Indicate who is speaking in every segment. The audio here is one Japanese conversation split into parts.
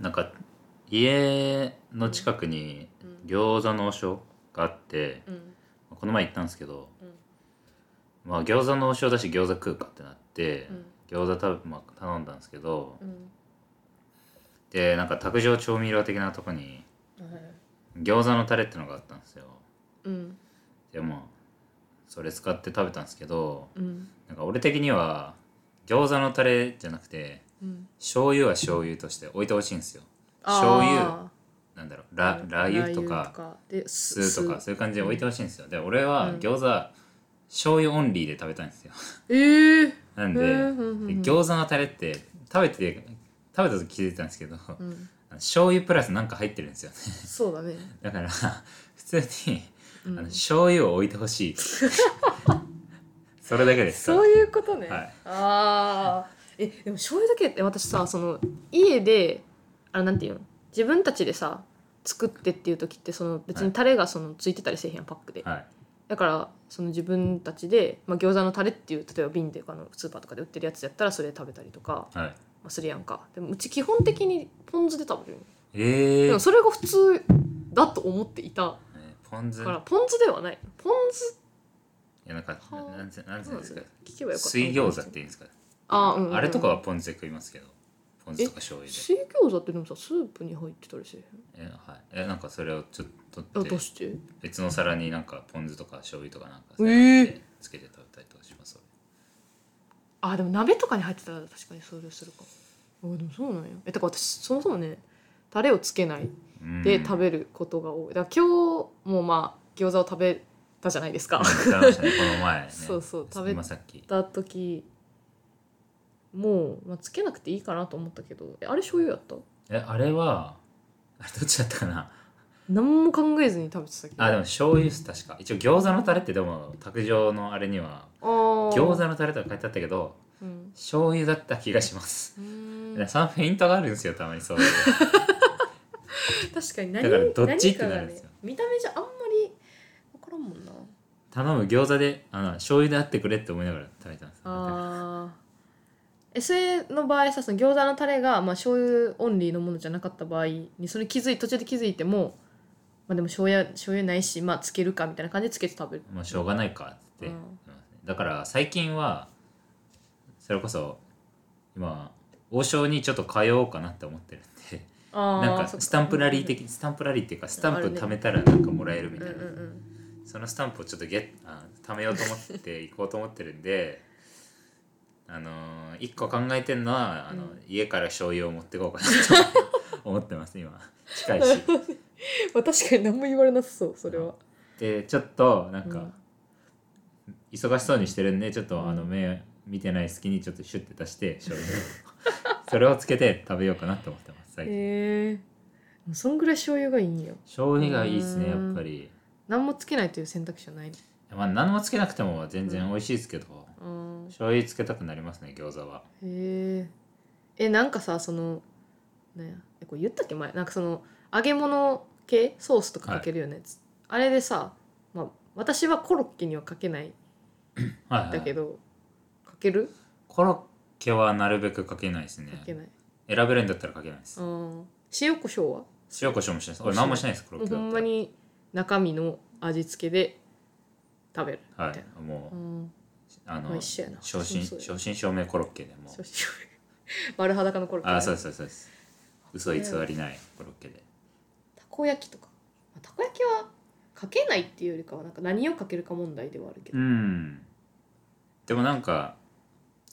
Speaker 1: なんか家の近くに
Speaker 2: うん
Speaker 1: 餃子の王将があって
Speaker 2: うん
Speaker 1: この前行ったんですけど、
Speaker 2: うん
Speaker 1: まあ、餃子の王将だし餃子食うかってなって、
Speaker 2: うん
Speaker 1: 餃子食べ、まあ、頼んだんですけど
Speaker 2: うん
Speaker 1: でなんか卓上調味料的なとこに餃子のタレってのがあったんですよ
Speaker 2: うん
Speaker 1: でまあそれ使って食べたんですけど
Speaker 2: うん
Speaker 1: なんか俺的には餃子のタレじゃなくて
Speaker 2: うん
Speaker 1: 醤油は醤油として置いてほしいんですよ醤油
Speaker 2: あ
Speaker 1: なんだろう
Speaker 2: ー
Speaker 1: ララー油と
Speaker 2: ラ
Speaker 1: か
Speaker 2: で
Speaker 1: 酢とかそういう感じで置いてほしいんですよで俺
Speaker 2: う
Speaker 1: は
Speaker 2: ん
Speaker 1: 餃子、醤油オンリーで食べたいんですよ
Speaker 2: えー
Speaker 1: なんで,
Speaker 2: へ
Speaker 1: で、
Speaker 2: ーうんうんうん
Speaker 1: 餃子のタレって食べて食べた時気づいたんですけど、
Speaker 2: うん
Speaker 1: 醤油プラスなんか入ってるんですよね
Speaker 2: そうだね
Speaker 1: だから普通にあ
Speaker 2: うん
Speaker 1: の醤油を置いてほしい それだけです
Speaker 2: そういうことね、
Speaker 1: はい
Speaker 2: ああえでも醤油だけって私さその家であなんていうの自分たちでさ作ってっていう時ってその別にタレがそのついてたりせえへんやんパックで、
Speaker 1: はい
Speaker 2: だからその自分たちで、まあ、餃子のタレっていう例えば瓶であのスーパーとかで売ってるやつやったらそれ食べたりとか、ま
Speaker 1: はい
Speaker 2: あ、するやんかでもうち基本的にポン酢で食べるんよ
Speaker 1: え
Speaker 2: で
Speaker 1: ー
Speaker 2: もそれが普通だと思っていた
Speaker 1: えーポン酢い
Speaker 2: からポン酢ではないポン酢
Speaker 1: やなんか
Speaker 2: は
Speaker 1: な
Speaker 2: あ
Speaker 1: なんてなんていうんですか
Speaker 2: 聞けばよかった
Speaker 1: 水餃子っていうんですか
Speaker 2: あ,、うんうんうん
Speaker 1: あれとかはポン酢で食いますけどポン酢とか醤油で
Speaker 2: 水餃子ってでもさスープに入ってたりせえ
Speaker 1: えはいえなんかそれをちょっと
Speaker 2: へん
Speaker 1: 取
Speaker 2: あ
Speaker 1: って
Speaker 2: 出して
Speaker 1: 別の皿になんかポン酢とか醤油とかなんか
Speaker 2: えー
Speaker 1: そうやってつけて食べたりとかします
Speaker 2: あでも鍋とかに入ってたら確かにそれするかもあでもそうなんやえだから私そもそもねタレをつけないで食
Speaker 1: べ
Speaker 2: べることが多いだから今日もまあ餃子を食べたじゃないですか
Speaker 1: 食べましたねこの前ね
Speaker 2: そうそう食べ
Speaker 1: 今さっき
Speaker 2: た時もう、まあ、つけなくていいかなと思ったけどえあれ醤油やった
Speaker 1: えあれはあれどっちだったかな
Speaker 2: 何も考えずに食べてたけど
Speaker 1: あでも醤油っす確か一応餃子のタレってでも卓上のあれには
Speaker 2: あー
Speaker 1: 餃子のタレとか書いてあったけど
Speaker 2: うん
Speaker 1: 醤油だった気がします、
Speaker 2: うーん
Speaker 1: いやそのフェイントがあるんですよたまにそういう
Speaker 2: 確かに何
Speaker 1: だからどっち
Speaker 2: 何か
Speaker 1: っ
Speaker 2: が
Speaker 1: てなるんですよ
Speaker 2: ね、見た目じゃあんまり分からんもんな
Speaker 1: 頼む餃子であの醤油であってくれって思いながら食べたんです
Speaker 2: あーえそれの場合さその餃子のタレが、まあ、醤油オンリーのものじゃなかった場合にそれ気づい途中で気づいても、まあ、でも醤油醤油ないし、まあ、つけるかみたいな感じでつけて食べる
Speaker 1: まあしょうがないかって
Speaker 2: うん
Speaker 1: だから最近はそれこそ今王将にちょっと通おうかなって思ってるんで
Speaker 2: あー
Speaker 1: なんか
Speaker 2: そっ
Speaker 1: スタンプラリー的スタンプラリーっていうかスタン
Speaker 2: あ
Speaker 1: プ
Speaker 2: るね
Speaker 1: 貯めたらなんかもらえるみ
Speaker 2: うん
Speaker 1: たい
Speaker 2: うん
Speaker 1: な、
Speaker 2: うん
Speaker 1: そのスタンプをちょっとゲッあ貯めようと思って 行こうと思ってるんであのー、一個考えてるのはあの、
Speaker 2: うん
Speaker 1: 家から醤油を持ってこうかなと思ってます今近いし。
Speaker 2: まあ確かに何も言われなさそうそれは
Speaker 1: でちょっとなん
Speaker 2: う
Speaker 1: か
Speaker 2: ん
Speaker 1: 忙しそうにしてるんでちょっとあの
Speaker 2: うん
Speaker 1: 目見てない隙にちょっとシュッて出して 醤油をそれをつけて食べようかなと思ってます最近
Speaker 2: へえーもうそんぐらい醤油がいいんよ
Speaker 1: 醤油がいいですねや
Speaker 2: うん
Speaker 1: っぱり、
Speaker 2: 何もつけないという選択肢はない
Speaker 1: まあ、何もつけなくても全然美味しいですけど、
Speaker 2: うん
Speaker 1: 醤油つけたくなりますね餃子は
Speaker 2: へええなんかさそのねえこれ言ったっけ前なんかその揚げ物系ソースとかかけるようなやつ、あれでさ、まあ、私はコロッケにはかけない
Speaker 1: はい、はい、
Speaker 2: だけど、かける
Speaker 1: コロッケはなるべくかけないですね
Speaker 2: かけない、
Speaker 1: 選べるんだったらかけないです
Speaker 2: うん塩コショウは
Speaker 1: 塩コショウもしないです俺何もしないですコロ
Speaker 2: も
Speaker 1: ッ
Speaker 2: う
Speaker 1: ケ
Speaker 2: ほ
Speaker 1: だ
Speaker 2: ん
Speaker 1: っ
Speaker 2: ま
Speaker 1: た
Speaker 2: に中身の味付けで食べる、
Speaker 1: らは
Speaker 2: みたい
Speaker 1: いも
Speaker 2: う
Speaker 1: う、
Speaker 2: ん、
Speaker 1: あ
Speaker 2: まあ
Speaker 1: の
Speaker 2: 一緒やな
Speaker 1: 正真
Speaker 2: そうそ
Speaker 1: 正
Speaker 2: う
Speaker 1: 真正銘コロッケでもう
Speaker 2: そうしよう 丸裸のコロッケね、
Speaker 1: あそうですそうですそうです嘘偽りないコロッケで
Speaker 2: たこ焼きとか、まあ、たこ焼きはかけないっていうよりかはなんか何をかけるか問題ではあるけど、
Speaker 1: うんでもなんか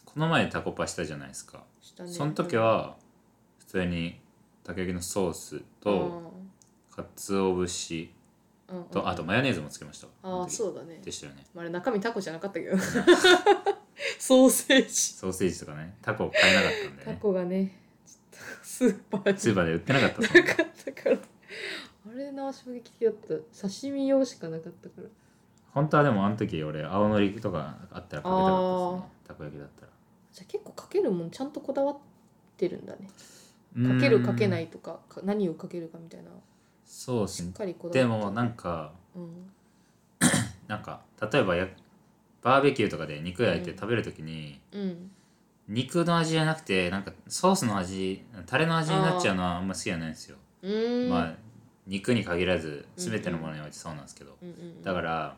Speaker 1: この前タコパしたじゃないですか
Speaker 2: したね
Speaker 1: その時は普通にたこ焼きのソースとかつお節
Speaker 2: うんうん
Speaker 1: とあとマヨネーズもつけました
Speaker 2: ああ
Speaker 1: う
Speaker 2: そうだね
Speaker 1: でしたよね
Speaker 2: まああれ中身タコじゃなかったけど ソーセージ
Speaker 1: ソーセージとかねタコ買えなかったんで
Speaker 2: タ
Speaker 1: ね
Speaker 2: コがねちょっとスーパーに
Speaker 1: スーパーで売ってなかったですもん
Speaker 2: なかったからあれな衝撃的だった刺身用しかなかったから
Speaker 1: 本当はでもあの時俺青のりとかあったらかけたかったですねたこ焼きだったら
Speaker 2: じゃあ結構かけるもんちゃんとこだわってるんだね
Speaker 1: うーん
Speaker 2: かけるかけないとかか何をかけるかみたいな
Speaker 1: そうです
Speaker 2: しっ
Speaker 1: ね
Speaker 2: かりこだわって
Speaker 1: でもなんか
Speaker 2: うん
Speaker 1: なんか例えばやバーベキューとかで肉焼いて食べる時に、
Speaker 2: うん
Speaker 1: 肉の味じゃなくてなんかソースの味タレの味になっちゃうのはあんま好きじゃないんですよ
Speaker 2: うーん、
Speaker 1: まあ肉に限らず全てのものにおいてそうなんですけど、
Speaker 2: うんうんうん、
Speaker 1: だから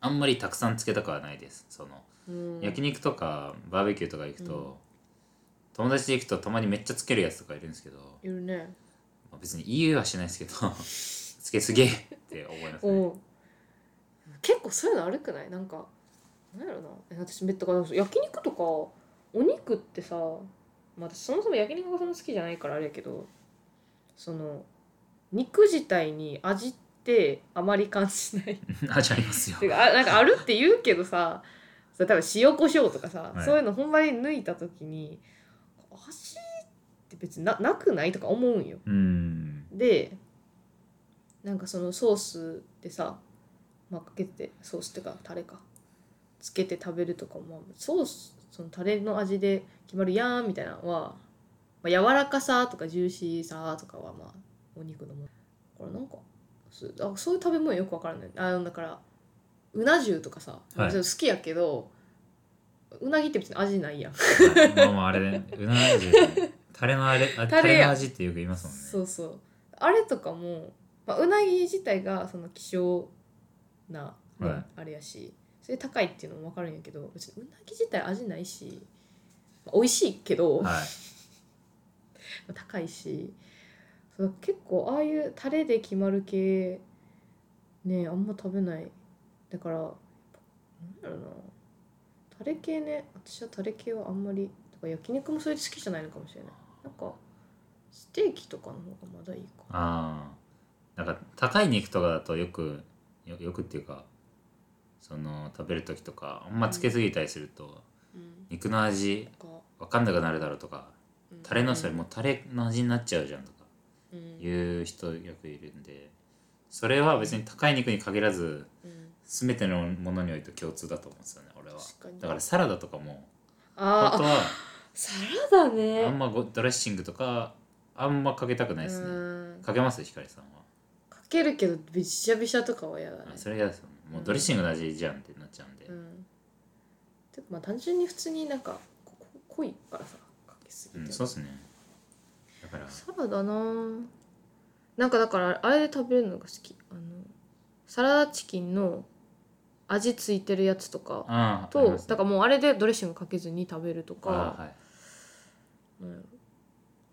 Speaker 1: あんまりたくさんつけたくはないですその
Speaker 2: うん
Speaker 1: 焼肉とかバーベキューとか行くと、友達で行くとたまにめっちゃつけるやつとかいるんですけど、
Speaker 2: いるね
Speaker 1: まあ別に言いはしないですけど つけすげえって思いますね
Speaker 2: おう結構そういうの悪くないなんかなんやろなえ私めっとか焼肉とかお肉ってさ、まあ、私そもそも焼肉がそんな好きじゃないからあれやけどその肉自体に味ってあまり感じない
Speaker 1: 味ありますよ
Speaker 2: てかあなんかあるって言うけどさそう多分塩コショウとかさ、
Speaker 1: はい
Speaker 2: そういうのほんまに抜いた時に味って別にななくないとか思うんよ
Speaker 1: うん
Speaker 2: でなんかそのソースでさ、まあ、かけてソースっていうかタレかつけて食べるとかも、まあソースそのタレの味で決まるやんみたいなのは、まあ、柔らかさとかジューシーさとかはまあお肉のものこれなんかそあそういう食べ物よくわからないあだからうな重とかさ、
Speaker 1: はい
Speaker 2: 好きやけどうなぎって別に味ないやん
Speaker 1: まあまああれねうな味タレのあれあタ
Speaker 2: タレや
Speaker 1: レの味ってよく言いますもんね
Speaker 2: そうそうあれとかも、まあ、うなぎ自体がその希少な、ね
Speaker 1: はい
Speaker 2: あれやしそれ高いっていうのも分かるんやけど別にうなぎ自体味ないし、まあ、美味しいけど、ま
Speaker 1: はい
Speaker 2: あ高いしそう結構ああいうタレで決まる系ねあんま食べないだからなんだろうなタレ系ね私はタレ系はあんまりだから焼肉もそれで好きじゃないのかもしれないなんかステーキとかの方がまだいいかな
Speaker 1: ああなんか高い肉とかだとよくよよくっていうかその食べる時とかあんまつけすぎたりすると
Speaker 2: うん
Speaker 1: 肉の味わかんなくなるだろうとかタレのそれ
Speaker 2: も
Speaker 1: もうタレの味になっちゃうじゃんとか
Speaker 2: うんうん
Speaker 1: いう人よくいるんでそれは別に高い肉に限らず
Speaker 2: うん
Speaker 1: 全てのものにおいて共通だと思うんですよね俺は
Speaker 2: 確かに
Speaker 1: だからサラダとかも本
Speaker 2: あ
Speaker 1: 当
Speaker 2: ーあ
Speaker 1: は
Speaker 2: サラダ
Speaker 1: あ
Speaker 2: ね
Speaker 1: んまごドレッシングとかあんまかけたくないですね
Speaker 2: うん
Speaker 1: かけますひかりさんは
Speaker 2: かけるけどびっしゃびしゃとかは嫌だね
Speaker 1: あそれ嫌ですよねもうドレッシングの味じゃんってなっちゃうんで、
Speaker 2: うんてかまあ単純に普通になんかここ濃いからさかけす
Speaker 1: う
Speaker 2: ぎ
Speaker 1: ん
Speaker 2: て、
Speaker 1: そうっすねだから
Speaker 2: サラダなぁなんかだからあれで食べるのが好きあのサラダチキンの味ついてるやつとか
Speaker 1: あああり
Speaker 2: と
Speaker 1: ます
Speaker 2: だからもうあれでドレッシングかけずに食べるとか
Speaker 1: ああはい
Speaker 2: なんやろ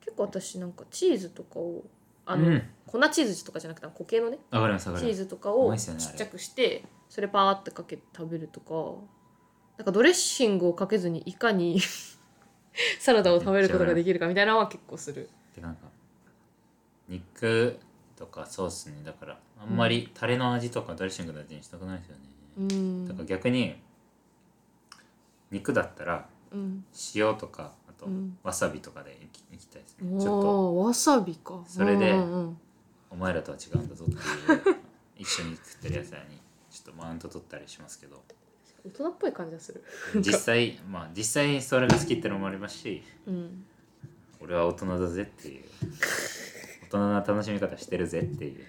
Speaker 2: 結構私なんかチーズとかをあ
Speaker 1: う
Speaker 2: の、
Speaker 1: ん
Speaker 2: 粉チーズとかじゃなくて固形のね
Speaker 1: わかりますわか
Speaker 2: チ
Speaker 1: りま
Speaker 2: ー
Speaker 1: す
Speaker 2: ズとか
Speaker 1: う
Speaker 2: を
Speaker 1: まいっすよねあ
Speaker 2: ち
Speaker 1: れ
Speaker 2: っちゃくしてそれパーってかけて食べるとかなんかドレッシングをかけずにいかに サラダを食べることができるかみたいなのは結構する
Speaker 1: でなんか肉とかソースにだからあんまりタレの味とかドレッシングの味にしたくないですよね、
Speaker 2: うん
Speaker 1: だから逆に肉だったら
Speaker 2: うん
Speaker 1: 塩とかあと
Speaker 2: うん
Speaker 1: わさびとかでいきいきたいですね、ちょっと
Speaker 2: おーわさびか
Speaker 1: それで
Speaker 2: うんうん
Speaker 1: お前らとは違うんだぞって いう一緒に食ってるやつらにちょっとマウント取ったりしますけど
Speaker 2: 大人っぽい感じがする
Speaker 1: 実際まあ実際それが好きってのもありますし
Speaker 2: うん
Speaker 1: 俺は大人だぜっていう大人な楽しみ方してるぜっていう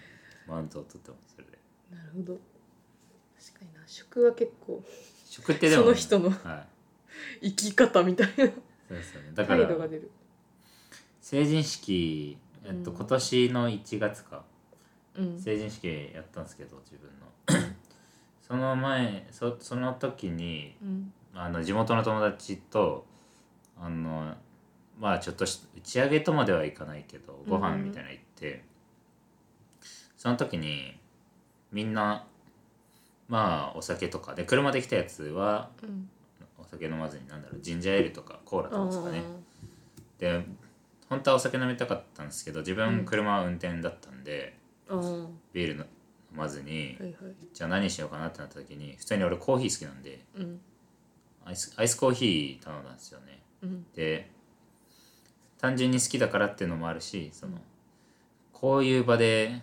Speaker 1: マウントを取ってますそれで
Speaker 2: なるほど確かにな食は結構
Speaker 1: 食ってでも
Speaker 2: その人の
Speaker 1: はい
Speaker 2: 生き方みたい
Speaker 1: そうですよね
Speaker 2: な
Speaker 1: だか
Speaker 2: 態
Speaker 1: ら
Speaker 2: 度が出る
Speaker 1: 成人式えっと
Speaker 2: うん
Speaker 1: 今年の1月か、
Speaker 2: うん
Speaker 1: 成人式やったんですけど自分の その前そその時に
Speaker 2: うん
Speaker 1: あの地元の友達とあのまあちょっとし打ち上げとまではいかないけどご飯みたいなの行って、その時にみんなまあお酒とかで車で来たやつは
Speaker 2: うん
Speaker 1: お酒飲まずになんだろうジンジャーエールとかコーラとかですかね
Speaker 2: あ
Speaker 1: で本当はお酒飲みたかったんですけど自分車は運転だったんで、
Speaker 2: ーあー
Speaker 1: ビールの飲まずに、
Speaker 2: はいはい
Speaker 1: じゃあ何しようかなってなった時に普通に俺コーヒー好きなんで
Speaker 2: うん
Speaker 1: アイスアイスコーヒー頼んだんですよね
Speaker 2: うん
Speaker 1: で単純に好きだからっていうのもあるしそのこういう場で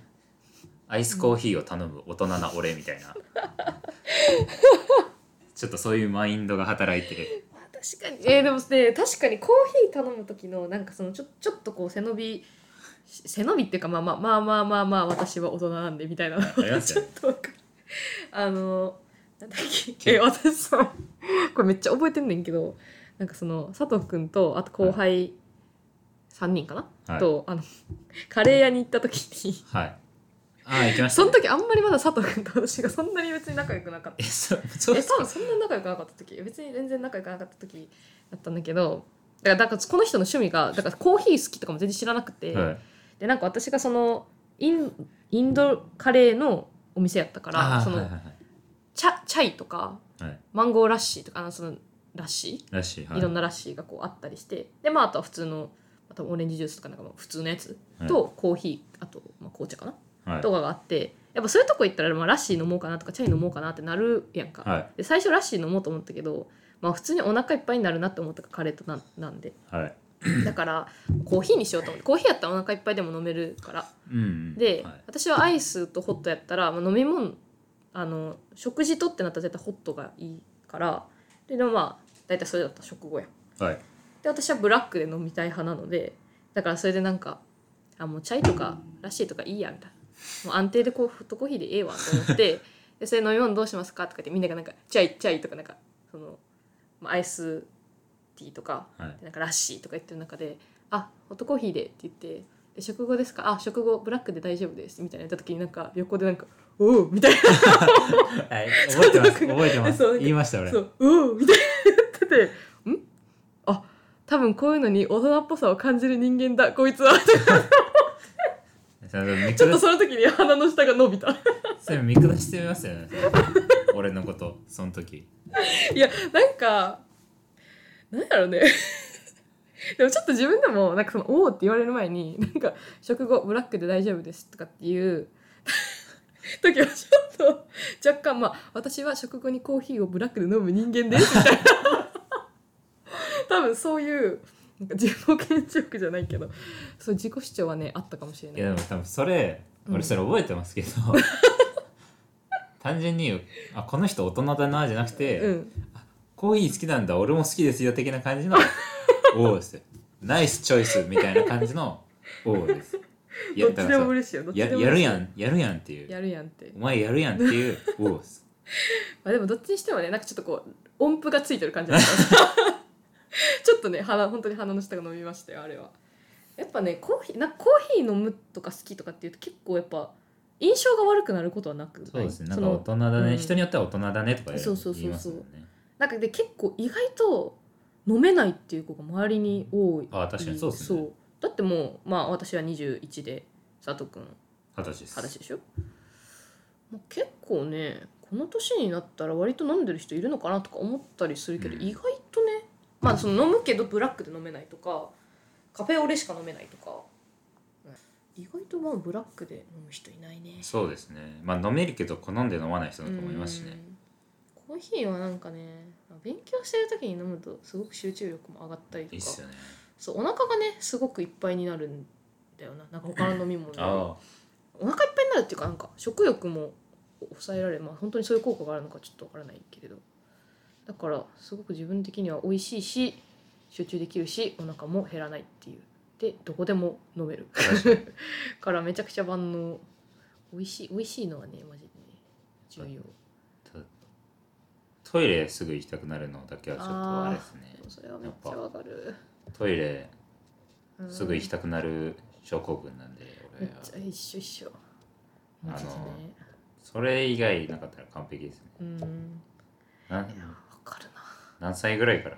Speaker 1: アイスコーヒーを頼む大人な俺みた いなちょっとそういうマインドが働いて
Speaker 2: 確かにえーでもね確かにコーヒー頼む時のなんかそのちょちょっとこう背伸びし背伸びっていうかまあまあまあまあまあまあ私は大人なんでみたいなの
Speaker 1: あります
Speaker 2: ち
Speaker 1: よ
Speaker 2: ょっ
Speaker 1: ね
Speaker 2: とわかるあのなんだっけえ私さこれめっちゃ覚えてんねんけどなんかその佐藤君とあと後輩3人かな、
Speaker 1: はい
Speaker 2: とあのカレー屋に行った時に
Speaker 1: はいああ行きました
Speaker 2: その時あんまりまだ佐藤君と私がそんなに別に仲良くなかった
Speaker 1: えそそう
Speaker 2: え
Speaker 1: です
Speaker 2: 多分
Speaker 1: か
Speaker 2: そんな仲良くなかった時別に全然仲良くなかった時だったんだけどだからだからこの人の趣味がだからコーヒー好きとかも全然知らなくて、
Speaker 1: はい
Speaker 2: でなんか私がそのインインドカレーのお店やったから
Speaker 1: あ
Speaker 2: そ
Speaker 1: ー
Speaker 2: の、
Speaker 1: はいはい
Speaker 2: チャチャイとか
Speaker 1: はいはい
Speaker 2: マンゴーラッシーとかあのそのラッシ
Speaker 1: らしい
Speaker 2: ー、
Speaker 1: はい
Speaker 2: い、ろんなラッシーがこうあったりしてでまああとは普通のまたオレンジジュースとかなんかも普通のやつ
Speaker 1: はい
Speaker 2: とコーヒーあと、まあ、紅茶かな、
Speaker 1: はい
Speaker 2: とかがあってやっぱそういうとこ行ったら、まあ、ラッシー飲もうかなとかチャイ飲もうかなってなるやんか、
Speaker 1: はい
Speaker 2: で最初ラッシー飲もうと思ったけど、まあ、普通にお腹いっぱいになるなって思ったからカレーとなんなん で
Speaker 1: はい
Speaker 2: だからコーヒーにしようと思ってコーヒーやったらお腹いっぱいでも飲めるから
Speaker 1: うんうん
Speaker 2: で、
Speaker 1: はい
Speaker 2: 私はアイスとホットやったら、まあ、飲み物あの食事とってなったら絶対ホットがいいからででもまあ大体それだったら食後や
Speaker 1: はい
Speaker 2: で私はブラックで飲みたい派なのでだからそれでなんかあもうチャイとかラッシーとかいいやみたいなもう安定でこうホットコーヒーでええわと思って でそれ飲み物どうしますかとか言ってみんながなんかチャイチャイとかなんかその、まあ、アイスティーとか
Speaker 1: はい
Speaker 2: なんかラッシーとか言ってる中で「あホットコーヒーで」って言って「で食後ですかあ食後ブラックで大丈夫です」みたいな言った時になんか横でなんか「おう」みたい
Speaker 1: はい覚えてます覚えてま
Speaker 2: そう
Speaker 1: す言いました
Speaker 2: な
Speaker 1: 俺
Speaker 2: 「そうおう」みたいな言ってて「んあ多分こういうのに大人っぽさを感じる人間だこいつは」
Speaker 1: それ見
Speaker 2: ちょっと
Speaker 1: 下し
Speaker 2: その時に鼻の下が伸びた
Speaker 1: それ見下してみますよね俺のことその時
Speaker 2: いやなんかなんやろうね でもちょっと自分でもなんかその「おお」って言われる前になんか「食後ブラックで大丈夫です」とかっていう 時はちょっと若干まあ私は食後にコーヒーをブラックで飲む人間ですみたいな 多分そういうなんか自己顕示欲じゃないけどそう自己主張はねあったかもしれ
Speaker 1: い
Speaker 2: ない
Speaker 1: やでも多分それ
Speaker 2: うん
Speaker 1: 俺それ覚えてます けど単純にあこの人大人だなじゃなくて、
Speaker 2: うん
Speaker 1: コーヒー好きなんだ俺も好きですよ的な 感じのおおですよナイスチョイスみたいな感じのおおですい
Speaker 2: どっちで
Speaker 1: だか
Speaker 2: も
Speaker 1: ら
Speaker 2: 嬉しいよど
Speaker 1: さ
Speaker 2: っちで
Speaker 1: や
Speaker 2: も嬉しい
Speaker 1: やるやんやるやんっていう
Speaker 2: やるやんって
Speaker 1: お前やるやんっていうおおで す
Speaker 2: まあ、でもどっちにしてもねなんかちょっとこう音符がついてる感じだった ちょっとね鼻本当に鼻の下が伸びましたよあれはやっぱねコーヒーなんかコーヒー飲むとか好きとかっていうと結構やっぱ印象が悪くなることはなくない
Speaker 1: そうですねなん
Speaker 2: そ
Speaker 1: か大
Speaker 2: の
Speaker 1: 人だね、
Speaker 2: うん
Speaker 1: 人によっては大人だねとか言
Speaker 2: そうそうそうそう
Speaker 1: 言いますもんね
Speaker 2: なんかで結構意外と飲めないっていう子が周りに多い
Speaker 1: あ確かにそうですね
Speaker 2: そうだってもうまあ私は21で佐藤君
Speaker 1: 二十歳です
Speaker 2: 二十歳でしょ、まあ、結構ねこの年になったら割と飲んでる人いるのかなとか思ったりするけど、
Speaker 1: うん
Speaker 2: 意外とねまあその飲むけどブラックで飲めないとかカフェオレしか飲めないとか、うん意外とまあブラックで飲む人いないね
Speaker 1: そうですねまあ飲めるけど好んで飲まない人
Speaker 2: う
Speaker 1: なんかもいますしね
Speaker 2: んコーヒーはなんかね勉強してる時に飲むとすごく集中力も上がったりと
Speaker 1: いいっ
Speaker 2: か
Speaker 1: すよね
Speaker 2: そうお腹がねすごくいっぱいになるんだよななんか他の飲み物より
Speaker 1: あ
Speaker 2: お腹いっぱいになるっていうかなんか食欲も抑えられまあ本当にそういう効果があるのかちょっとわからないけれどだからすごく自分的には美味しいし集中できるしお腹も減らないっていうでどこでも飲める
Speaker 1: あ確かに
Speaker 2: からめちゃくちゃ万能美味しい美味しいのはねマジでね重要
Speaker 1: たトイレすぐ行きたくなるのだけはちょっとあれですね
Speaker 2: でもそれはめっちゃわかる
Speaker 1: トイレすぐ行き
Speaker 2: た
Speaker 1: たくなる症候群なんで
Speaker 2: め
Speaker 1: 俺
Speaker 2: っ
Speaker 1: は
Speaker 2: ちゃ一緒一緒
Speaker 1: あの
Speaker 2: マジでね
Speaker 1: それ以外なかったら完璧ですね
Speaker 2: うん
Speaker 1: ない
Speaker 2: やわかるな
Speaker 1: 何歳ぐらいから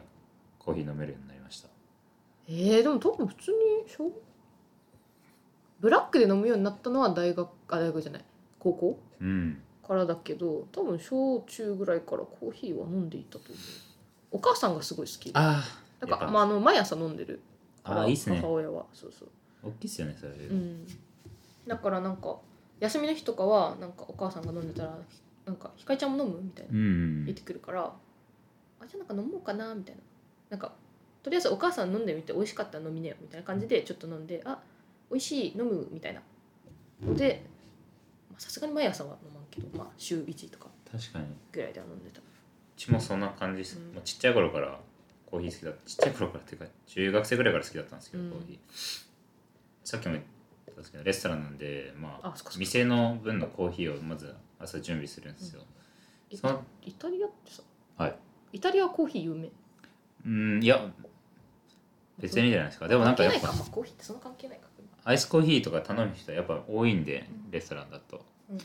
Speaker 1: コーヒー飲めるようになりました
Speaker 2: えー、でも多分普通に小ブラックで飲むようになったのは大学あ大学じゃない高校
Speaker 1: うん
Speaker 2: からだけど多分小中ぐらいからコーヒーは飲んでいたと思うお母さんがすごい好きだ
Speaker 1: ああ
Speaker 2: から、まあ、あの毎朝飲んでるか
Speaker 1: あ
Speaker 2: ら
Speaker 1: あいいっすね
Speaker 2: 母親はそうそう
Speaker 1: 大きいっすよねそれ、
Speaker 2: うん、だからなんか休みの日とかはなんかお母さんが飲んでたら「なんかひかりちゃんも飲む?」みたいな
Speaker 1: うんうん
Speaker 2: 言ってくるから、あじゃあなんか飲もうかなみたいななんかとりあえずお母さん飲んでみて美味しかったら飲みねよみたいな感じでちょっと飲んであ美味しい飲むみたいなのでまあさすがに毎朝は飲まんけどまあ週1とか
Speaker 1: 確かにう
Speaker 2: ぐらいでは飲んでた
Speaker 1: ちもそんな感じです、
Speaker 2: うん
Speaker 1: まあ、ちっちゃい頃からコーヒー好きだったちっちゃい頃からっていうか中学生ぐらいから好きだったんですけど、
Speaker 2: うん
Speaker 1: コーヒーさっきも言ったんですけどレストランなんでまあ
Speaker 2: あそっかそっか
Speaker 1: 店の分のコーヒーをまず朝準備するんですよ、
Speaker 2: イ
Speaker 1: そ
Speaker 2: タ
Speaker 1: の
Speaker 2: イタリアってさ、
Speaker 1: はい
Speaker 2: イタリアはコーヒー有名
Speaker 1: うんいや別にじゃないですかでもなんかやっ
Speaker 2: 関係
Speaker 1: ぱ
Speaker 2: ないかまあコーヒーってそんな関係ないか、
Speaker 1: アイスコーヒーとか頼む人やっぱ多いんでレストランだと
Speaker 2: うん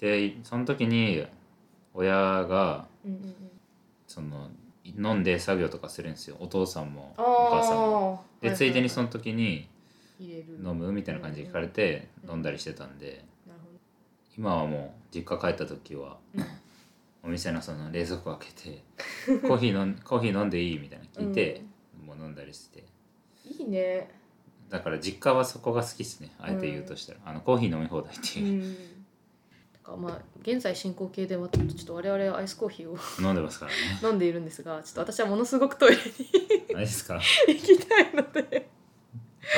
Speaker 1: でその時に親が
Speaker 2: うんうんうんうん、
Speaker 1: その飲んで作業とかするんですよお父さんも
Speaker 2: あー
Speaker 1: お母さんも
Speaker 2: はは
Speaker 1: で
Speaker 2: は
Speaker 1: ついでにその時に
Speaker 2: 入れる
Speaker 1: 飲むみたいな感じで聞かれて
Speaker 2: うん
Speaker 1: 飲んだりしてたんで
Speaker 2: なるほど
Speaker 1: 今はもう実家帰った時はお店のその冷蔵庫開けてコーヒー飲んコーヒー飲んでいいみたいなの聞いて、もう飲んだりして
Speaker 2: いいね、
Speaker 1: だから実家はそこが好きですねあえて言うとしたら、あのコーヒー飲み放題って
Speaker 2: う
Speaker 1: いう、
Speaker 2: ん、だからまあ現在進行形ではちょっと我々はアイスコーヒーを
Speaker 1: 飲んでますから ね
Speaker 2: 飲んでいるんですが ちょっと私はものすごくトイレ
Speaker 1: あれですか
Speaker 2: に行きたいので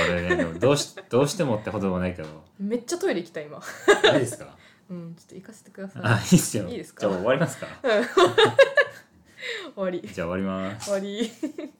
Speaker 1: 俺ねでもどうしどうしてもってほどでもないけど
Speaker 2: めっちゃトイレ行きたい今
Speaker 1: あれですか
Speaker 2: うんちょっと行かせてくださ い
Speaker 1: あいいっすよ
Speaker 2: いいです
Speaker 1: じ
Speaker 2: か
Speaker 1: ゃあ終わりますか
Speaker 2: 終わり
Speaker 1: じゃあ終わります
Speaker 2: 終わり